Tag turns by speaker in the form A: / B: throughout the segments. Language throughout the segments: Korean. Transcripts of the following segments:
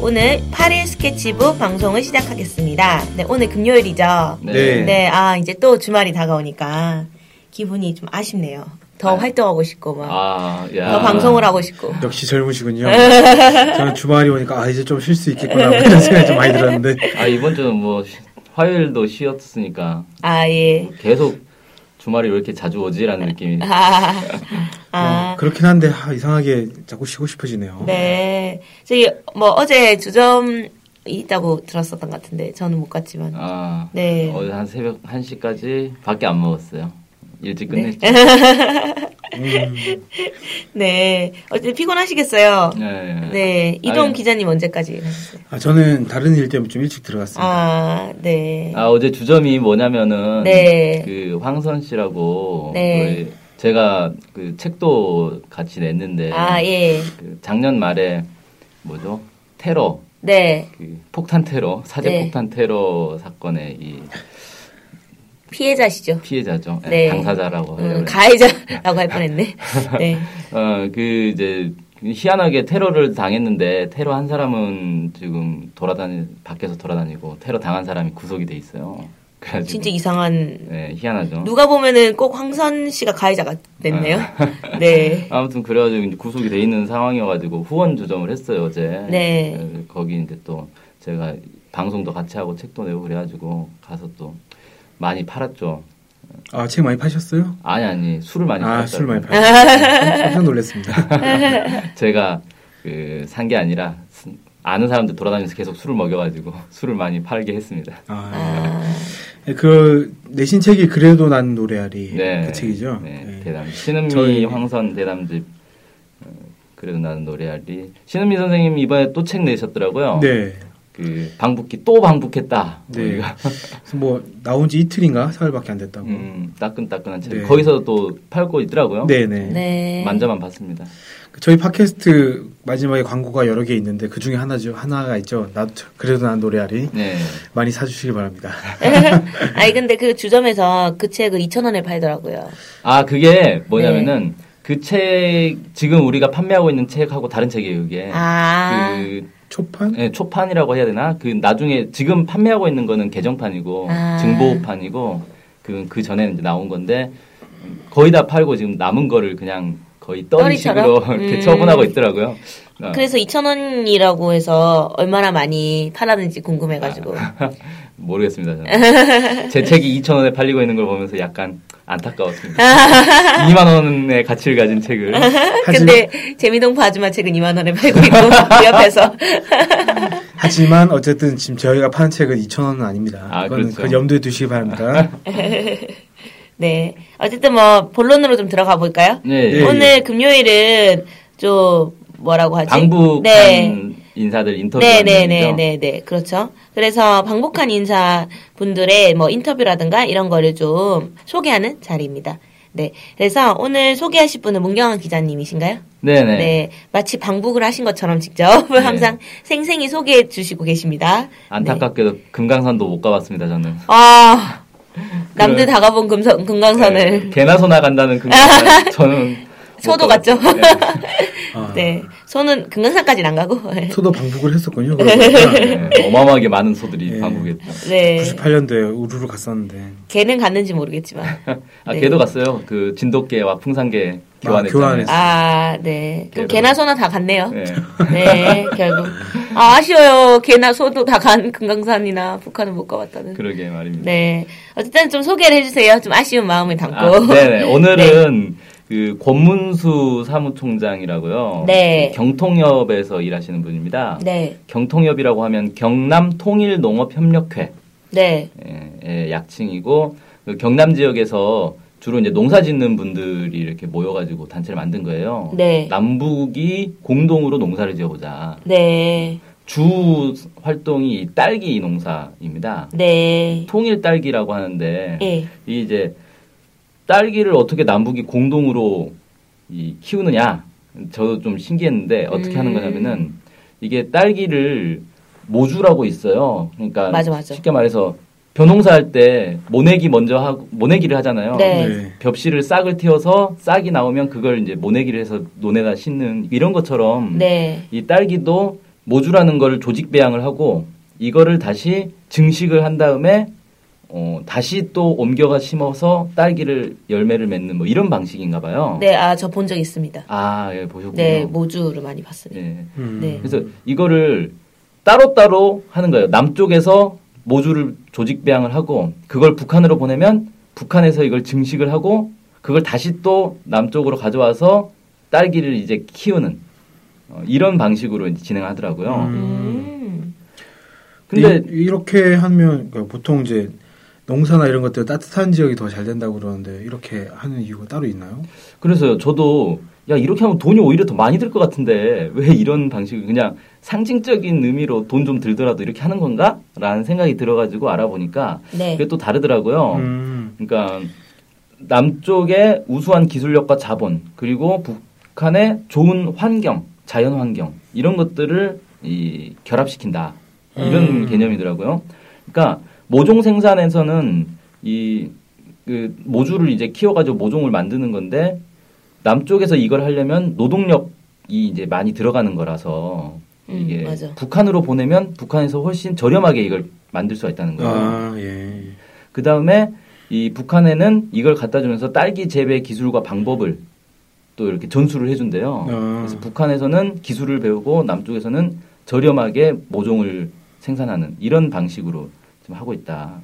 A: 오늘 8일 스케치북 방송을 시작하겠습니다. 네, 오늘 금요일이죠.
B: 네.
A: 네, 아, 이제 또 주말이 다가오니까 기분이 좀 아쉽네요. 더
C: 아.
A: 활동하고 싶고, 막.
C: 아, 야.
A: 더 방송을 하고 싶고.
B: 역시 젊으시군요. 저는 주말이 오니까 아 이제 좀 쉴 수 있겠구나 뭐 이런 생각이 좀 많이 들었는데
C: 아, 이번 주는 뭐 쉬- 화요일도 쉬었으니까
A: 아, 예.
C: 계속 주말이 왜 이렇게 자주 오지라는 느낌이.
A: 아, 아.
B: 어, 그렇긴 한데 아, 이상하게 자꾸 쉬고 싶어지네요.
A: 네. 저기, 뭐, 어제 주점이 있다고 들었었던 것 같은데, 저는 못 갔지만.
C: 아,
A: 네.
C: 어제 한 새벽 1시까지 밖에 안 먹었어요. 일찍 끝냈죠.
A: 네. 어제 피곤하시겠어요?
C: 네.
A: 네. 이동
C: 아니,
A: 기자님 언제까지 일하셨어요?
B: 아, 저는 다른 일 때문에 좀 일찍 들어갔습니다.
A: 아, 네.
C: 아, 어제 주점이 뭐냐면은
A: 네.
C: 그 황선 씨라고
A: 네.
C: 그 제가 그 책도 같이 냈는데
A: 아, 예.
C: 그 작년 말에 뭐죠? 테러
A: 네.
C: 그 폭탄 테러 사제
A: 네.
C: 폭탄 테러 사건의 이
A: 피해자시죠.
C: 피해자죠. 예,
A: 네.
C: 당사자라고 하려고
A: 음,
C: 그래요.
A: 가해자라고 할 뻔했네. 네.
C: 어, 그 이제 희한하게 테러를 당했는데 테러 한 사람은 지금 돌아다니 밖에서 돌아다니고 테러 당한 사람이 구속이 돼 있어요. 그래가지고
A: 진짜 이상한.
C: 네, 희한하죠.
A: 누가 보면은 꼭 황선 씨가 가해자 같았네요.
C: 아.
A: 네.
C: 아무튼 그래가지고 이제 구속이 돼 있는 상황이어가지고 후원 조정을 했어요 어제.
A: 네.
C: 예, 거기 이제 또 제가 방송도 같이 하고 책도 내고 그래가지고 가서 또 많이 팔았죠.
B: 아 책 많이 파셨어요?
C: 아니 아니 술을 많이
B: 아
C: 팔았어요. 아.
B: 술 많이 파셨어요. 깜짝 놀랐습니다.
C: 제가 그 산 게 아니라 스- 아는 사람들 돌아다니면서 계속 술을 먹여가지고 술을 많이 팔게 했습니다.
B: 아,
A: 아,
B: 그 내신 책이 그래도 난 노래하리 그 책이죠.
C: 네,
B: 네.
C: 대담 신은미
B: 저희-
C: 황선 대담집 어, 그래도 나는 노래할리 신은미 선생님 이번에 또 책 내셨더라고요.
B: 네.
C: 그 방북기 또 방북했다.
B: 네.
C: 우리가
B: 그래서 뭐 나온 지 이틀인가 사흘밖에 안 됐다고.
C: 음, 따끈따끈한 책.
B: 네.
C: 거기서 또 팔고 있더라고요.
B: 네네.
A: 네.
C: 만져만 봤습니다.
B: 저희 팟캐스트 마지막에 광고가 여러 개 있는데 그 중에 하나죠. 하나가 있죠. 나도 저- 그래도 난 노래하리
C: 네.
B: 많이 사주시길 바랍니다.
A: 아니 근데 그 주점에서 그 책을 2천 원에 팔더라고요.
C: 아 그게 뭐냐면은 그 책 지금 우리가 판매하고 있는 책하고 다른 책이에요. 이게
A: 아,
C: 네. 그
B: 초판?
C: 예, 초판이라고 해야 되나? 그 나중에 지금 판매하고 있는 거는 개정판이고
A: 아.
C: 증보판이고 그 그 전에 이제 나온 건데 거의 다 팔고 지금 남은 거를 그냥 거의
A: 떨이처럼?
C: 떠리식으로 이렇게
A: 음.
C: 처분하고 있더라고요. 어,
A: 그래서 2천 원이라고 해서 얼마나 많이 팔았는지 궁금해가지고.
C: 아. 모르겠습니다. 저는. 제 책이 2천 원에 팔리고 있는 걸 보면서 약간 안타까웠습니다. 2만 원의 가치를 가진 책을
B: 하지만,
A: 근데 재미동포 아줌마 책은 2만 원에 팔고 있고 그 옆에서
B: 하지만 어쨌든 지금 저희가 파는 책은 2천 원은 아닙니다.
C: 아,
B: 그건
C: 그렇죠.
B: 그건 염두에 두시기 바랍니다.
A: 네 어쨌든 뭐 본론으로 좀 들어가 볼까요?
C: 네.
B: 네.
A: 오늘 금요일은 좀 뭐라고 하지?
C: 방북한
A: 네.
C: 인사들 인터뷰 하는 거죠.
A: 네네네네네 그렇죠. 그래서 방북한 인사 분들의 뭐 인터뷰라든가 이런 거를 좀 소개하는 자리입니다. 네, 그래서 오늘 소개하실 분은 문경환 기자님이신가요?
C: 네네. 네.
A: 마치 방북을 하신 것처럼 직접 항상 생생히 소개해 주시고 계십니다. 네.
C: 안타깝게도 금강산도 못 가봤습니다. 저는.
A: 아, 남들
C: 그래.
A: 다 가본 금선, 금강산을
C: 네, 개나 소나 간다는 금강산. 저는 못
A: 서도
C: 가봤어요.
A: 갔죠?
B: 아,
A: 네, 저는 금강산까지는 안 가고.
B: 소도 방북을 했었군요.
C: 네, 네, 어마어마하게 많은 소들이
B: 네.
C: 방북했죠.
A: 네,
B: 98년도에 우르르 갔었는데
A: 걔는 갔는지 모르겠지만.
C: 아
A: 네.
C: 걔도 갔어요. 그 진돗개와 풍산개 교환했잖아요.
B: 교환했어요.
A: 아, 네. 그럼
C: 걔도.
A: 개나 소나 다 갔네요.
C: 네.
A: 네, 결국. 아, 아쉬워요. 개나 소도 다 간 금강산이나 북한은 못 가봤다는.
C: 그러게 말입니다.
A: 네. 어쨌든 좀 소개를 해주세요. 좀 아쉬운 마음을 담고.
C: 아, 네네. 오늘은 그 권문수 사무총장이라고요.
A: 네.
C: 그 경통협에서 일하시는 분입니다.
A: 네.
C: 경통협이라고 하면 경남 통일농업협력회
A: 네.
C: 예, 예, 약칭이고 그 경남 지역에서 주로 이제 농사 짓는 분들이 이렇게 모여가지고 단체를 만든 거예요.
A: 네.
C: 남북이 공동으로 농사를 지어보자.
A: 네.
C: 주 활동이 이 딸기 농사입니다.
A: 네.
C: 통일 딸기라고 하는데
A: 예.
C: 이 이제 딸기를 어떻게 남북이 공동으로 이 키우느냐 저도 좀 신기했는데 어떻게 하는
A: 음.
C: 거냐면은 이게 딸기를 모주라고 있어요. 그러니까
A: 맞아, 맞아.
C: 쉽게 말해서 벼농사 할 때 모내기 먼저 하고 모내기를 하잖아요.
A: 네.
B: 네.
C: 벽실을 싹을 틔워서 싹이 나오면 그걸 이제 모내기를 해서 논에다 싣는 이런 것처럼
A: 네.
C: 이 딸기도 모주라는 거를 조직 배양을 하고 이거를 다시 증식을 한 다음에 어, 다시 또 옮겨가 심어서 딸기를 열매를 맺는 뭐 이런 방식인가 봐요.
A: 네, 아, 저 본 적 있습니다.
C: 아, 예, 보셨군요.
A: 네, 모주를 많이 봤습니다.
C: 예.
B: 음.
A: 네.
C: 그래서 이거를 따로따로 하는 거예요. 남쪽에서 모주를 조직 배양을 하고 그걸 북한으로 보내면 북한에서 이걸 증식을 하고 그걸 다시 또 남쪽으로 가져와서 딸기를 이제 키우는 어, 이런 방식으로 이제 진행하더라고요.
B: 음.
A: 음.
C: 근데
B: 이, 렇게 하면 그러니까 보통 이제 농사나 이런 것들 따뜻한 지역이 더 잘 된다고 그러는데 이렇게 하는 이유가 따로 있나요?
C: 그래서 저도 야 이렇게 하면 돈이 오히려 더 많이 들 것 같은데 왜 이런 방식을 그냥 상징적인 의미로 돈 좀 들더라도 이렇게 하는 건가라는 생각이 들어가지고 알아보니까
A: 네.
C: 그게 또 다르더라고요.
B: 음.
C: 그러니까 남쪽의 우수한 기술력과 자본 그리고 북한의 좋은 환경, 자연 환경 이런 것들을 이 결합시킨다 이런
B: 음.
C: 개념이더라고요. 그러니까 모종 생산에서는 이 그 모주를 이제 키워가지고 모종을 만드는 건데 남쪽에서 이걸 하려면 노동력이 이제 많이 들어가는 거라서
A: 음,
C: 이게
A: 맞아.
C: 북한으로 보내면 북한에서 훨씬 저렴하게 이걸 만들 수가 있다는 거예요.
B: 아 예.
C: 그 다음에 이 북한에는 이걸 갖다 주면서 딸기 재배 기술과 방법을 또 이렇게 전수를 해준대요.
B: 아.
C: 어, 그래서 북한에서는 기술을 배우고 남쪽에서는 저렴하게 모종을 생산하는 이런 방식으로 지금 하고 있다.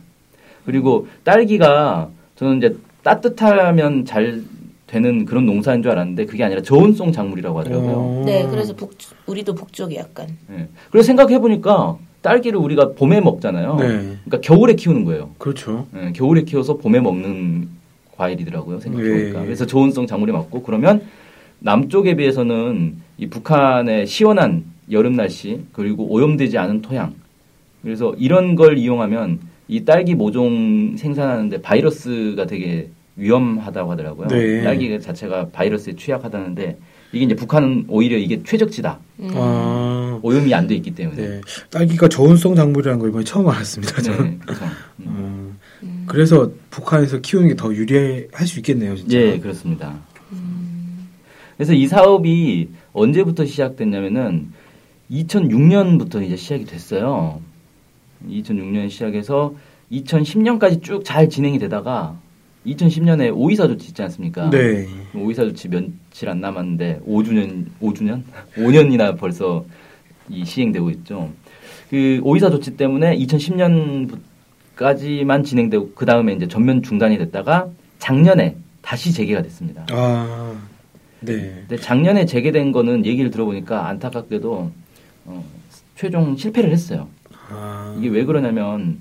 C: 그리고 딸기가 저는 이제 따뜻하면 잘 되는 그런 농사인 줄 알았는데 그게 아니라 저온성 작물이라고 하더라고요.
B: 어.
A: 네, 그래서 북, 우리도 북쪽이 약간.
C: 예. 그래서 생각해 보니까 딸기를 우리가 봄에 먹잖아요.
B: 네.
C: 그러니까 겨울에 키우는 거예요.
B: 그렇죠.
C: 예, 겨울에 키워서 봄에 먹는 과일이더라고요 생각해보니까
B: 예.
C: 그래서 좋은성 작물이 맞고 그러면 남쪽에 비해서는 이 북한의 시원한 여름 날씨 그리고 오염되지 않은 토양 그래서 이런 걸 이용하면 이 딸기 모종 생산하는데 바이러스가 되게 위험하다고 하더라고요
B: 네.
C: 딸기 자체가 바이러스에 취약하다는데 이게 이제 북한은 오히려 이게 최적지다
A: 음.
B: 아.
C: 오염이 안 돼 있기 때문에
B: 네. 그렇죠. 딸기가 저온성 작물이라는 걸 이번에 처음 알았습니다. 저는.
C: 네, 그래서, 음.
B: 음.
A: 음.
B: 그래서 북한에서 키우는 게 더 유리할 수 있겠네요, 진짜.
C: 예, 그렇습니다. 그래서 이 사업이 언제부터 시작됐냐면은 2006년부터 이제 시작이 됐어요. 2006년 시작해서 2010년까지 쭉 잘 진행이 되다가 2010년에 오이사 조치 있지 않습니까?
B: 네.
C: 오이사 조치 며칠 안 남았는데 5주년, 5주년? 5년이나 벌써 이 시행되고 있죠. 그 오이사 조치 때문에 2010년까지만 진행되고 그 다음에 이제 전면 중단이 됐다가 작년에 다시 재개가 됐습니다.
B: 아, 네.
C: 근데 작년에 재개된 거는 얘기를 들어보니까 안타깝게도 어, 최종 실패를 했어요.
B: 아,
C: 이게 왜 그러냐면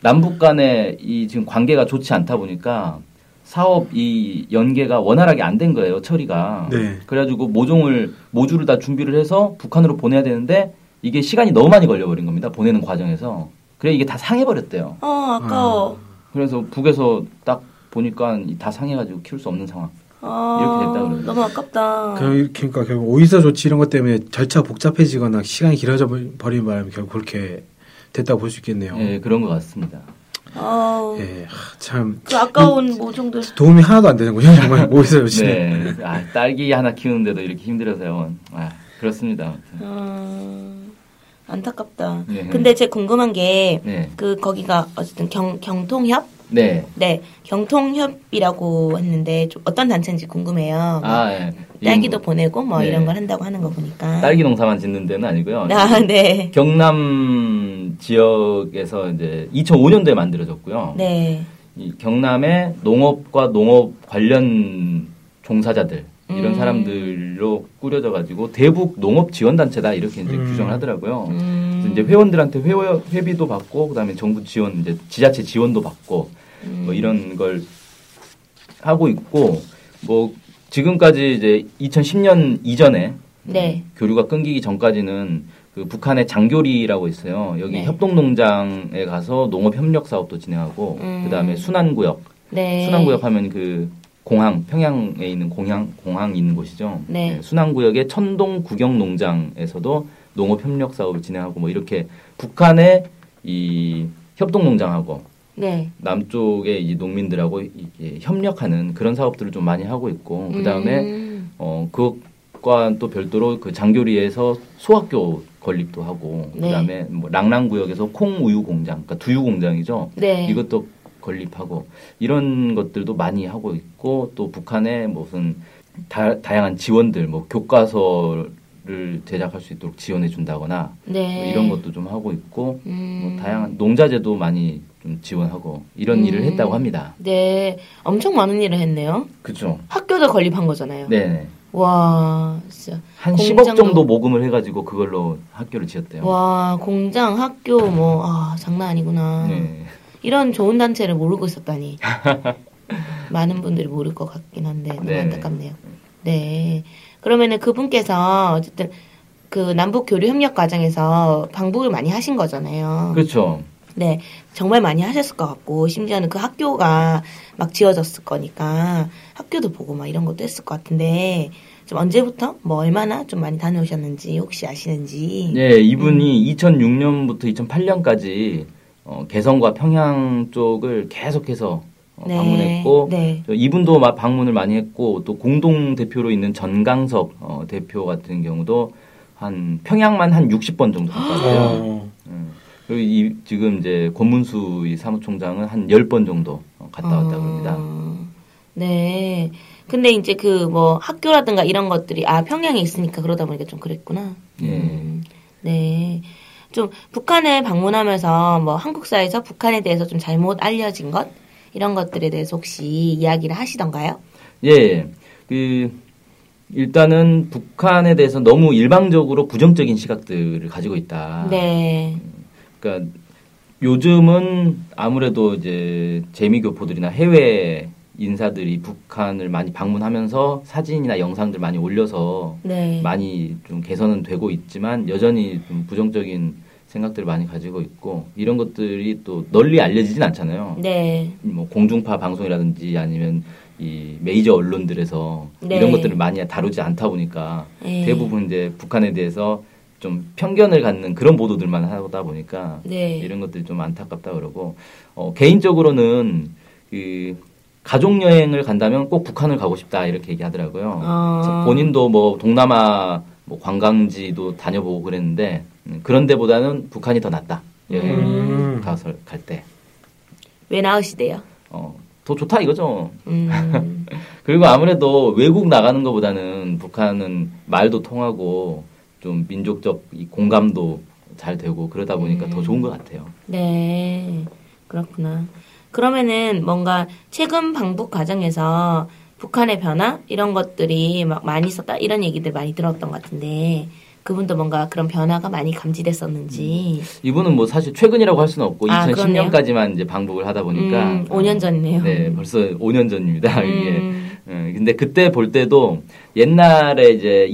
C: 남북 간의 이 지금 관계가 좋지 않다 보니까 사업 이 연계가 원활하게 안 된 거예요 처리가.
B: 네.
C: 그래가지고 모종을 모주를 다 준비를 해서 북한으로 보내야 되는데 이게 시간이 너무 많이 걸려버린 겁니다 보내는 과정에서. 그래 이게 다 상해버렸대요.
A: 어, 아까워.
C: 그래서 북에서 딱 보니까 다 상해가지고 키울 수 없는 상황.
A: 아,
C: 이렇게 됐다 그러네.
A: 너무 아깝다.
B: 그- 그러니까 결국 오이사 조치 이런 것 때문에 절차 복잡해지거나 시간이 길어져 버- 버린 바람에 결국 그렇게 됐다고 볼 수 있겠네요.
C: 예 그런 것 같습니다.
A: 아우.
B: 예, 하, 참
A: 그 아까운 모종들.
B: 도움이 하나도 안 되는군요, 정말 오이사 조치는.
C: 네. 아, 딸기 하나 키우는데도 이렇게 힘들어서요. 아, 그렇습니다.
A: 아, 안타깝다.
C: 예.
A: 근데 제 궁금한 게,
C: 네.
A: 그, 거기가 어쨌든 경, 경통협?
C: 네.
A: 네, 경통협이라고 했는데, 좀 어떤 단체인지 궁금해요.
C: 아, 예.
A: 딸기도
C: 이건
A: 보내고 뭐
C: 네.
A: 이런 걸 한다고 하는 거 보니까.
C: 뭐 딸기 농사만 짓는 데는 아니고요.
A: 아, 네.
C: 경남 지역에서 이제 2005년도에 만들어졌고요.
A: 네.
C: 이 경남의 농업과 농업 관련 종사자들 이런
A: 음.
C: 사람들로 꾸려져 가지고 대북 농업 지원 단체다 이렇게 이제
B: 음.
C: 규정을 하더라고요.
A: 음.
C: 그래서 이제 회원들한테 회, 회비도 받고 그다음에 정부 지원 이제 지자체 지원도 받고
A: 음.
C: 뭐 이런 걸 하고 있고 뭐 지금까지 이제 2010년 이전에
A: 네.
C: 교류가 끊기기 전까지는 그 북한의 장교리라고 있어요. 여기
A: 네.
C: 협동농장에 가서 농업 협력 사업도 진행하고
A: 음.
C: 그다음에 순환구역
A: 네.
C: 순환구역 하면 그 공항 평양에 있는 공항 공항 있는 곳이죠.
A: 네.
C: 순환구역의 천동 구경 농장에서도 농업 협력 사업을 진행하고 뭐 이렇게 북한의 이 협동 농장하고
A: 네.
C: 남쪽의 이뭐 농민들하고 이게 협력하는 그런 사업들을 좀 많이 하고 있고 그 그다음에
A: 음.
C: 어, 그 과또 별도로 그 장교리에서 소학교 건립도 하고
A: 네.
C: 그다음에 뭐 랑랑 구역에서 콩 우유 공장, 그러니까 두유 공장이죠.
A: 네.
C: 이것도 건립하고 이런 것들도 많이 하고 있고 또 북한의 무슨 다, 양한 지원들, 뭐 교과서를 제작할 수 있도록 지원해 준다거나 뭐
A: 네.
C: 이런 것도 좀 하고 있고
A: 음.
C: 뭐 다양한 농자재도 많이 좀 지원하고 이런
A: 음.
C: 일을 했다고 합니다.
A: 네. 엄청 많은 일을 했네요.
C: 그렇죠.
A: 학교도 건립한 거잖아요.
C: 네.
A: 와, 진짜.
C: 한
A: 공장도-
C: 10억 정도 모금을 해가지고 그걸로 학교를 지었대요.
A: 와, 공장, 학교, 뭐, 아, 장난 아니구나.
C: 네.
A: 이런 좋은 단체를 모르고 있었다니. 많은 분들이 모를 것 같긴 한데 너무
C: 네.
A: 안타깝네요. 네. 그러면은 그분께서 어쨌든 그 남북 교류 협력 과정에서 방북을 많이 하신 거잖아요.
C: 그렇죠.
A: 네. 정말 많이 하셨을 것 같고 심지어는 그 학교가 막 지어졌을 거니까 학교도 보고 막 이런 것도 했을 것 같은데 좀 언제부터 뭐 얼마나 좀 많이 다녀오셨는지 혹시 아시는지.
C: 예,
A: 음.
C: 이분이 2006년부터 2008년까지 어, 개성과 평양 쪽을 계속해서 어,
A: 네.
C: 방문했고
A: 네.
C: 저 이분도 막 방문을 많이 했고 또 공동 대표로 있는 전강석 어, 대표 같은 경우도 한 평양만 한 60번 정도 갔다 왔어요.
B: 어,
C: 음. 그리고 이, 지금 이제 권문수 이 사무총장은 한 10번 정도 어, 갔다 왔다
A: 아,
C: 고 합니다.
A: 네. 근데 이제 그 뭐 학교라든가 이런 것들이 아 평양에 있으니까 그러다 보니까 좀 그랬구나.
C: 예.
A: 음, 네. 좀 북한에 방문하면서 뭐 한국사에서 북한에 대해서 좀 잘못 알려진 것 이런 것들에 대해서 혹시 이야기를 하시던가요?
C: 예. 그 일단은 북한에 대해서 너무 일방적으로 부정적인 시각들을 가지고 있다.
A: 네.
C: 그러니까 요즘은 아무래도 이제 재미교포들이나 해외 인사들이 북한을 많이 방문하면서 사진이나 영상들 많이 올려서
A: 네.
C: 많이 좀 개선은 되고 있지만 여전히 좀 부정적인 생각들을 많이 가지고 있고 이런 것들이 또 널리 알려지진 않잖아요.
A: 네.
C: 뭐 공중파 방송이라든지 아니면 이 메이저 언론들에서
A: 네.
C: 이런 것들을 많이 다루지 않다 보니까
A: 네.
C: 대부분 이제 북한에 대해서 좀 편견을 갖는 그런 보도들만 하다 보니까
A: 네.
C: 이런 것들이 좀 안타깝다 그러고 어, 개인적으로는 그 가족 여행을 간다면 꼭 북한을 가고 싶다 이렇게 얘기하더라고요.
A: 아.
C: 그래서 본인도 뭐 동남아 뭐 관광지도 다녀보고 그랬는데 음, 그런 데보다는 북한이 더 낫다. 여행
B: 음.
C: 가서 갈 때.
A: 왜 나으시대요?
C: 어, 더 좋다 이거죠.
A: 음.
C: 그리고 아무래도 외국 나가는 것보다는 북한은 말도 통하고 좀 민족적 이 공감도 잘 되고 그러다 보니까
A: 음.
C: 더 좋은 것 같아요.
A: 네, 그렇구나. 그러면은 뭔가 최근 방북 과정에서 북한의 변화 이런 것들이 막 많이 있었다 이런 얘기들 많이 들었던 것 같은데 그분도 뭔가 그런 변화가 많이 감지됐었는지
C: 이분은 뭐 사실 최근이라고 할 수는 없고
A: 아,
C: 2010년까지만 이제 방북을 하다 보니까
A: 음, 5년 전이네요.
C: 네, 벌써 5년 전입니다. 이게.
A: 음,
C: 음, 근데 그때 볼 때도 옛날에 이제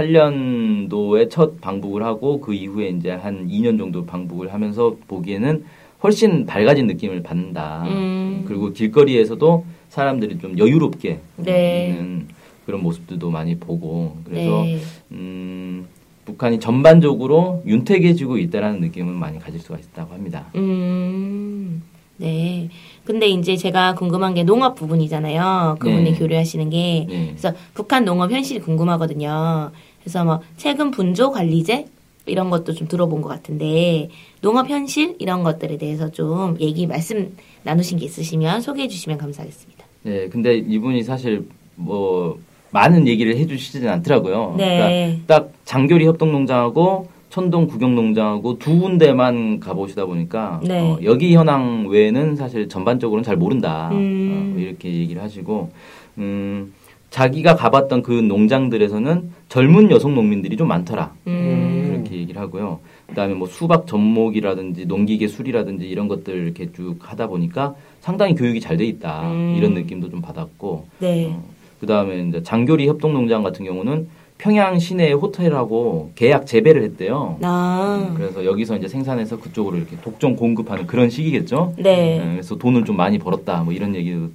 C: 2008년도에 첫 방북을 하고 그 이후에 이제 한 2년 정도 방북을 하면서 보기에는 훨씬 밝아진 느낌을 받는다.
A: 음.
C: 그리고 길거리에서도 사람들이 좀 여유롭게
A: 네.
C: 있는 그런 모습들도 많이 보고 그래서
A: 네.
C: 음, 북한이 전반적으로 윤택해지고 있다라는 느낌은 많이 가질 수가 있다고 합니다.
A: 음, 네. 근데 이제 제가 궁금한 게 농업 부분이잖아요. 그분이
C: 네.
A: 교류하시는 게.
C: 네.
A: 그래서 북한 농업 현실이 궁금하거든요. 그래서 뭐 최근 분조 관리제 이런 것도 좀 들어본 것 같은데 농업 현실 이런 것들에 대해서 좀 얘기 말씀 나누신 게 있으시면 소개해 주시면 감사하겠습니다.
C: 네, 근데 이분이 사실 뭐 많은 얘기를 해주시진 않더라고요.
A: 네.
C: 그러니까 딱 장교리 협동농장하고 천동 구경농장하고 두 군데만 가보시다 보니까
A: 네.
C: 어, 여기 현황 외에는 사실 전반적으로는 잘 모른다
A: 음.
C: 어, 이렇게 얘기를 하시고 음, 자기가 가봤던 그 농장들에서는 젊은 여성 농민들이 좀 많더라.
A: 음,
C: 그렇게 얘기를 하고요. 그다음에 뭐 수박 접목이라든지 농기계술이라든지 이런 것들 이렇게 쭉 하다 보니까 상당히 교육이 잘 돼 있다
A: 음.
C: 이런 느낌도 좀 받았고 어,
A: 네.
C: 그다음에 이제 장교리 협동농장 같은 경우는 평양 시내 호텔하고 계약 재배를 했대요.
A: 나.
C: 음, 그래서 여기서 이제 생산해서 그쪽으로 이렇게 독점 공급하는 그런 식이겠죠.
A: 네.
C: 음, 그래서 돈을 좀 많이 벌었다 뭐 이런 얘기도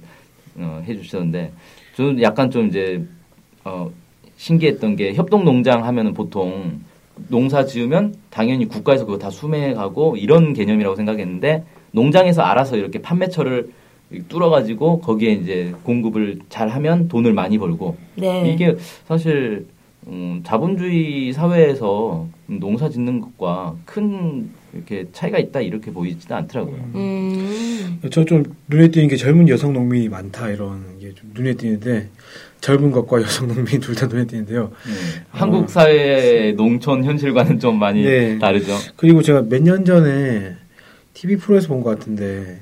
C: 어, 해주셨는데 저는 약간 좀 이제 어, 신기했던 게 협동농장 하면은 보통 농사 지으면 당연히 국가에서 그거 다 수매가고 이런 개념이라고 생각했는데 농장에서 알아서 이렇게 판매처를 뚫어가지고 거기에 이제 공급을 잘하면 돈을 많이 벌고
A: 네.
C: 이게 사실 음, 자본주의 사회에서 농사 짓는 것과 큰 이렇게 차이가 있다 이렇게 보이지는 않더라고요. 네.
A: 음.
B: 저 좀 눈에 띄는 게 젊은 여성 농민이 많다 이런 게 좀 눈에 띄는데 젊은 것과 여성 농민 둘 다 눈에 띄는데요.
C: 음, 한국 사회의 농촌 현실과는 좀 많이
B: 네.
C: 다르죠.
B: 그리고 제가 몇 년 전에 TV 프로에서 본 것 같은데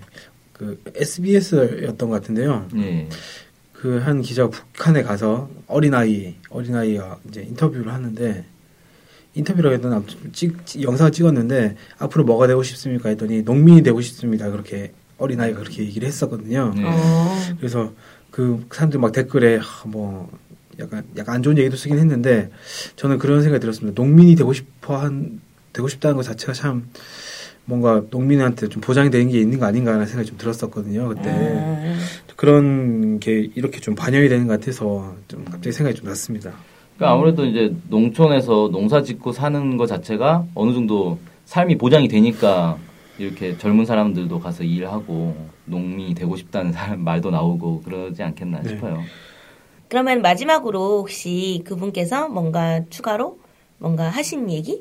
B: 그 SBS였던 것 같은데요.
C: 예.
B: 그 한 기자 가 북한에 가서 어린아이 어린아이와 이제 인터뷰를 하는데 인터뷰를 했던 앞- 찍, 찍- 영상을 찍었는데 앞으로 뭐가 되고 싶습니까 했더니 농민이 되고 싶습니다 그렇게 어린아이가 그렇게 얘기를 했었거든요
C: 네.
A: 어.
B: 그래서 그 사람들 막 댓글에 하, 뭐 약간 약간 안 좋은 얘기도 쓰긴 했는데 저는 그런 생각이 들었습니다 농민이 되고 싶어 한 되고 싶다는 것 자체가 참 뭔가 농민한테 좀 보장이 되는 게 있는 거 아닌가 하는 생각이 좀 들었었거든요
C: 네.
B: 그때
A: 아.
B: 그런 게 이렇게 좀 반영이 되는 것 같아서 좀 갑자기 생각이 좀 났습니다.
C: 그러니까 아무래도 이제 농촌에서 농사 짓고 사는 것 자체가 어느 정도 삶이 보장이 되니까 이렇게 젊은 사람들도 가서 일하고 농민이 되고 싶다는 사람 말도 나오고 그러지 않겠나
B: 네.
C: 싶어요.
A: 그러면 마지막으로 혹시 그분께서 뭔가 추가로 뭔가 하신 얘기?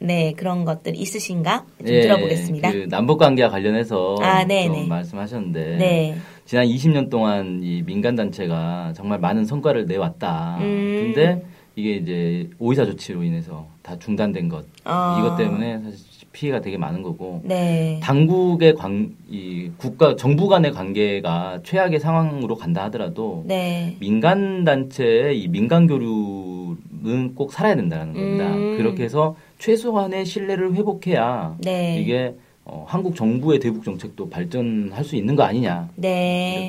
A: 네, 그런 것들 있으신가? 좀
C: 예,
A: 들어보겠습니다.
C: 그 남북 관계와 관련해서
A: 아, 네,
C: 좀
A: 네.
C: 말씀하셨는데
A: 네.
C: 지난 20년 동안 이 민간 단체가 정말 많은 성과를 내왔다.
A: 음.
C: 근데 이게 이제 오이사 조치로 인해서 다 중단된 것
A: 아.
C: 이것 때문에 사실 피해가 되게 많은 거고
A: 네.
C: 당국의 관, 이 국가 정부 간의 관계가 최악의 상황으로 간다 하더라도
A: 네.
C: 민간 단체의 이 민간 교류는 꼭 살아야 된다는 겁니다.
A: 음.
C: 그렇게 해서 최소한의 신뢰를 회복해야
A: 네.
C: 이게 어, 한국 정부의 대북 정책도 발전할 수 있는 거 아니냐 이렇게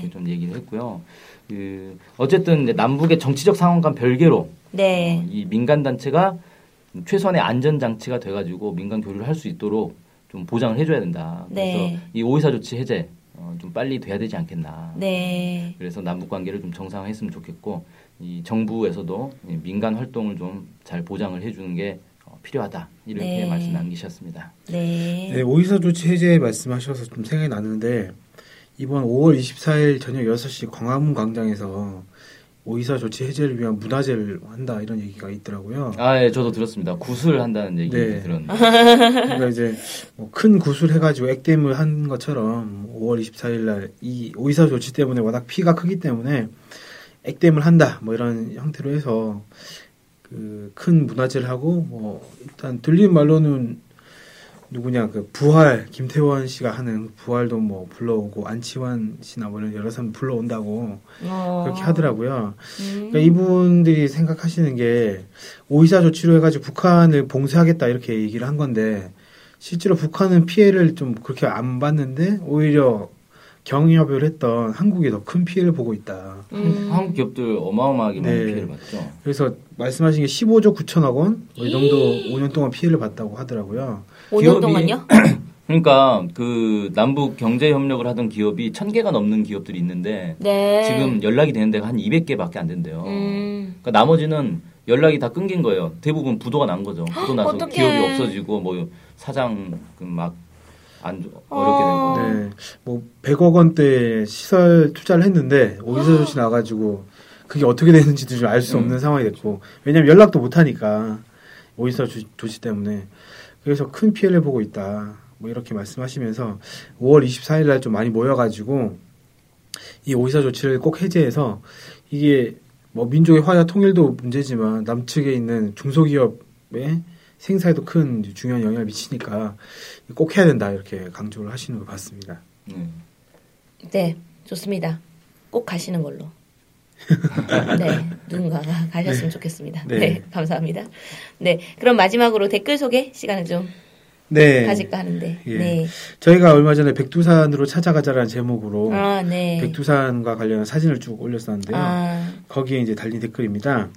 A: 네.
C: 좀 얘기를 했고요. 그 어쨌든 이제 남북의 정치적 상황과 별개로 어,
A: 네.
C: 이 민간 단체가 최소한의 안전 장치가 돼가지고 민간 교류를 할 수 있도록 좀 보장을 해줘야 된다. 그래서
A: 네.
C: 이 오이사 조치 해제 어, 좀 빨리 돼야 되지 않겠나.
A: 네.
C: 그래서 남북 관계를 좀 정상화했으면 좋겠고 이 정부에서도 이 민간 활동을 좀 잘 보장을 해주는 게 어, 필요하다 이렇게
A: 네.
C: 말씀 남기셨습니다.
A: 네.
B: 네, 오이사 조치 해제 말씀하셔서 좀 생각이 났는데 이번 5월 24일 저녁 6시 광화문 광장에서 오이사 조치 해제를 위한 문화제를 한다 이런 얘기가 있더라고요.
C: 아, 예, 저도 들었습니다. 구슬 한다는 얘기
B: 네.
C: 들었는데.
B: 그러니까 이제 뭐큰 구슬 해가지고 액땜을 한 것처럼 5월 24일 날 이 오이사 조치 때문에 워낙 피가 크기 때문에 액땜을 한다 뭐 이런 형태로 해서 그 큰 문화제를 하고 뭐 일단 들린 말로는 누구냐 그 부활 김태원 씨가 하는 부활도 뭐 불러오고 안치환 씨나 뭐 이런 여러 사람 불러온다고
A: 어.
B: 네. 그렇게 하더라고요.
A: 음.
B: 그러니까 이분들이 생각하시는 게 오이사 조치로 해가지고 북한을 봉쇄하겠다 이렇게 얘기를 한 건데 실제로 북한은 피해를 좀 그렇게 안 봤는데 오히려 경협을 했던 한국이 더 큰 피해를 보고 있다.
A: 음.
C: 한국 기업들 어마어마하게 많이
B: 네.
C: 피해를 봤죠.
B: 그래서 말씀하신 게 15조 9천억 원 이 정도
A: 이.
B: 5년 동안 피해를 봤다고 하더라고요.
A: 오
C: 기업이-
A: 년 동안요?
C: 그러니까 그 남북 경제 협력을 하던 기업이 천 개가 넘는 기업들이 있는데
A: 네.
C: 지금 연락이 되는 데가 한 200개밖에 안 된대요.
A: 음.
C: 그러니까 나머지는 연락이 다 끊긴 거예요. 대부분 부도가 난 거죠. 부도 나서
A: 어떡해.
C: 기업이 없어지고 뭐 사장 그 막 안
A: 어.
C: 어렵게 되고.
B: 네, 뭐 100억 원대 시설 투자를 했는데 오이사 조치 나가지고 그게 어떻게 되는지도 좀 알 수 없는 상황이 됐고 왜냐면 연락도 못 하니까 오이사 조- 조치 때문에 그래서 큰 피해를 보고 있다. 뭐 이렇게 말씀하시면서 5월 24일 날 좀 많이 모여가지고 이 오이사 조치를 꼭 해제해서 이게 뭐 민족의 화해 통일도 문제지만 남측에 있는 중소기업의 생사에도 큰 중요한 영향을 미치니까 꼭 해야 된다 이렇게 강조를 하시는 걸 봤습니다.
C: 네.
A: 네, 좋습니다. 꼭 가시는 걸로. 네, 누군가가 가셨으면 좋겠습니다. 네.
B: 네.
A: 감사합니다. 네, 그럼 마지막으로 댓글 소개 시간을 좀
B: 네.
A: 가질까 하는데.
B: 예.
A: 네.
B: 저희가 얼마 전에 백두산으로 찾아가자라는 제목으로
A: 아, 네.
B: 그 백두산과 관련한 사진을 쭉 올렸었는데요.
A: 아,
B: 거기에 이제 달린 댓글입니다.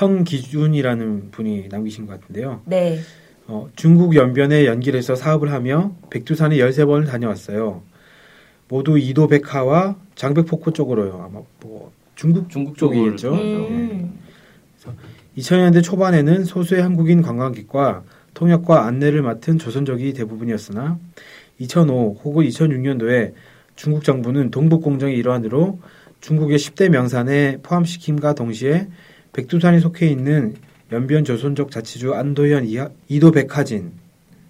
B: 성기준이라는 분이 남기신 것 같은데요.
A: 네.
B: 어, 중국 연변에 연길에서 사업을 하며 백두산에 13번을 다녀왔어요. 모두 이도백하와 장백포코 쪽으로요. 아마 뭐 중국
C: 중국 네. 쪽을
B: 쪽이겠죠.
C: 통해서.
B: 예.
A: 음.
B: 2000년대 초반에는 소수의 한국인 관광객과 통역과 안내를 맡은 조선족이 대부분이었으나 2005 혹은 2006년도에 중국 정부는 동북공정의 일환으로 중국의 10대 명산에 포함시킴과 동시에 백두산에 속해 있는 연변 조선족 자치주 안도현 이하- 이도 백화진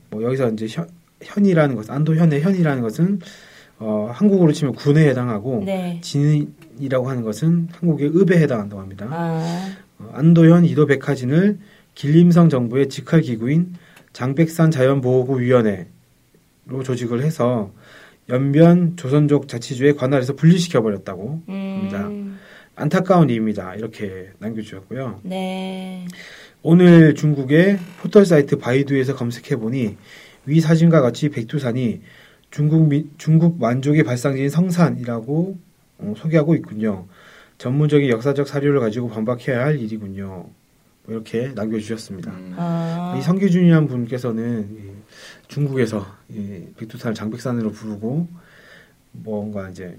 B: 뭐 여기서 이제 현, 현이라는 것 안도현의 현이라는 것은 어, 한국으로 치면 군에 해당하고
A: 네.
B: 진이라고 하는 것은 한국의 읍에 해당한다고 합니다.
A: 아,
B: 어, 안도현 이도 백화진을 길림성 정부의 직할 기구인 장백산 자연보호구위원회로 조직을 해서 연변 조선족 자치주의 관할에서 분리시켜 버렸다고
A: 음.
B: 안타까운 일입니다. 이렇게 남겨주셨고요.
A: 네.
B: 오늘 중국의 포털 사이트 바이두에서 검색해 보니 위 사진과 같이 백두산이 중국 민- 중국 만족의 발상지인 성산이라고 어, 소개하고 있군요. 전문적인 역사적 사료를 가지고 반박해야 할 일이군요. 뭐 이렇게 남겨주셨습니다.
C: 음.
A: 아.
B: 이 성기준이란 분께서는 이 중국에서 이 백두산을 장백산으로 부르고 뭔가 이제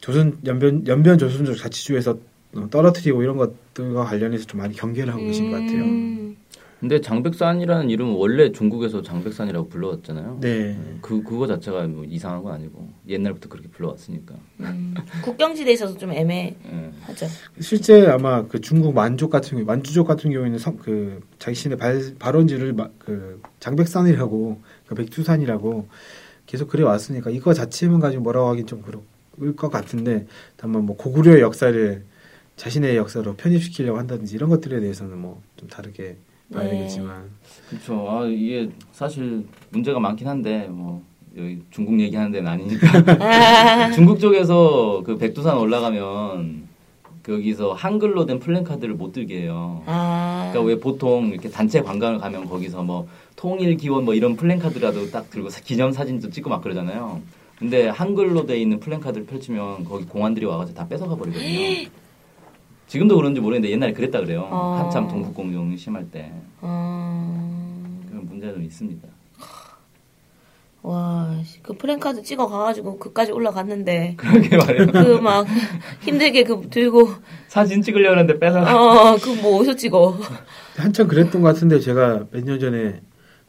B: 조선 연변 연변 조선족 자치주에서 어, 떨어뜨리고 이런 것들과 관련해서 좀 많이 경계를 하고 계신 것 같아요.
A: 음.
C: 근데 장백산이라는 이름은 원래 중국에서 장백산이라고 불러왔잖아요.
B: 네.
C: 그 그거 자체가 뭐 이상한 건 아니고 옛날부터 그렇게 불러왔으니까.
A: 음. 국경지대에 있어서 좀 애매하죠.
C: 예.
B: 실제 아마 그 중국 만족 같은 경우, 만주족 같은 경우에는 성, 그 자신의 발, 발원지를 마, 그 장백산이라고 그 백두산이라고 계속 그래 왔으니까 이거 자체만 가지고 뭐라고 하긴 좀 그럴 것 같은데 다만 뭐 고구려의 역사를 자신의 역사로 편입시키려고 한다든지 이런 것들에 대해서는 뭐 좀 다르게 봐야
A: 네.
B: 되겠지만
C: 그렇죠. 아, 이게 사실 문제가 많긴 한데 뭐 여기 중국 얘기하는 데는 아니니까 중국 쪽에서 그 백두산 올라가면 거기서 한글로 된 플랜카드를 못 들게 해요.
A: 아.
C: 그러니까 왜 보통 이렇게 단체 관광을 가면 거기서 뭐 통일 기원 뭐 이런 플랜카드라도 딱 들고 사- 기념 사진도 찍고 막 그러잖아요. 근데 한글로 돼 있는 플랜카드를 펼치면 거기 공안들이 와가지고 다 뺏어가 버리거든요. 지금도 그런지 모르겠는데 옛날에 그랬다 그래요.
A: 어.
C: 한참 동북공정 심할 때
A: 어.
C: 그런 문제는 있습니다.
A: 와, 씨, 그 프랜카드 찍어 가가지고 그까지 올라갔는데
C: 그러게 말해요.
A: 그 막 힘들게 그 들고
C: 사진 찍으려고 하는데 뺏어가.
A: 어그뭐 어디서 찍어?
B: 한참 그랬던 것 같은데 제가 몇 년 전에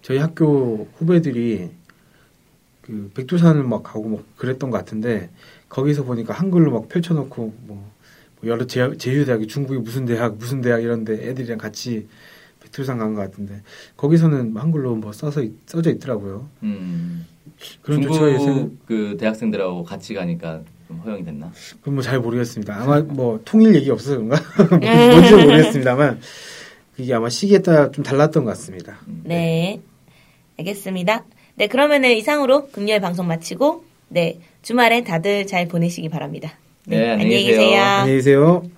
B: 저희 학교 후배들이 그 백두산을 막 가고 막 그랬던 것 같은데 거기서 보니까 한글로 막 펼쳐놓고 뭐, 뭐 여러 제, 제휴대학이 중국의 무슨 대학 무슨 대학 이런데 애들이랑 같이 백두산 간 것 같은데 거기서는 한글로 뭐 써서 있- 써져 있더라고요.
C: 음.
B: 그런
C: 중국
B: 조치가 예상
C: 그 대학생들하고 같이 가니까 좀 허용이 됐나?
B: 그건 뭐잘 모르겠습니다. 아마 뭐 통일 얘기 없어서 그런가 뭔지 는 모르겠습니다만 이게 아마 시기에 따라 좀 달랐던 것 같습니다.
A: 네, 알겠습니다. 네 그러면은 이상으로 금요일 방송 마치고 네 주말에 다들 잘 보내시기 바랍니다.
C: 네, 안녕히
A: 안녕히 계세요.
C: 계세요.
B: 안녕히 계세요.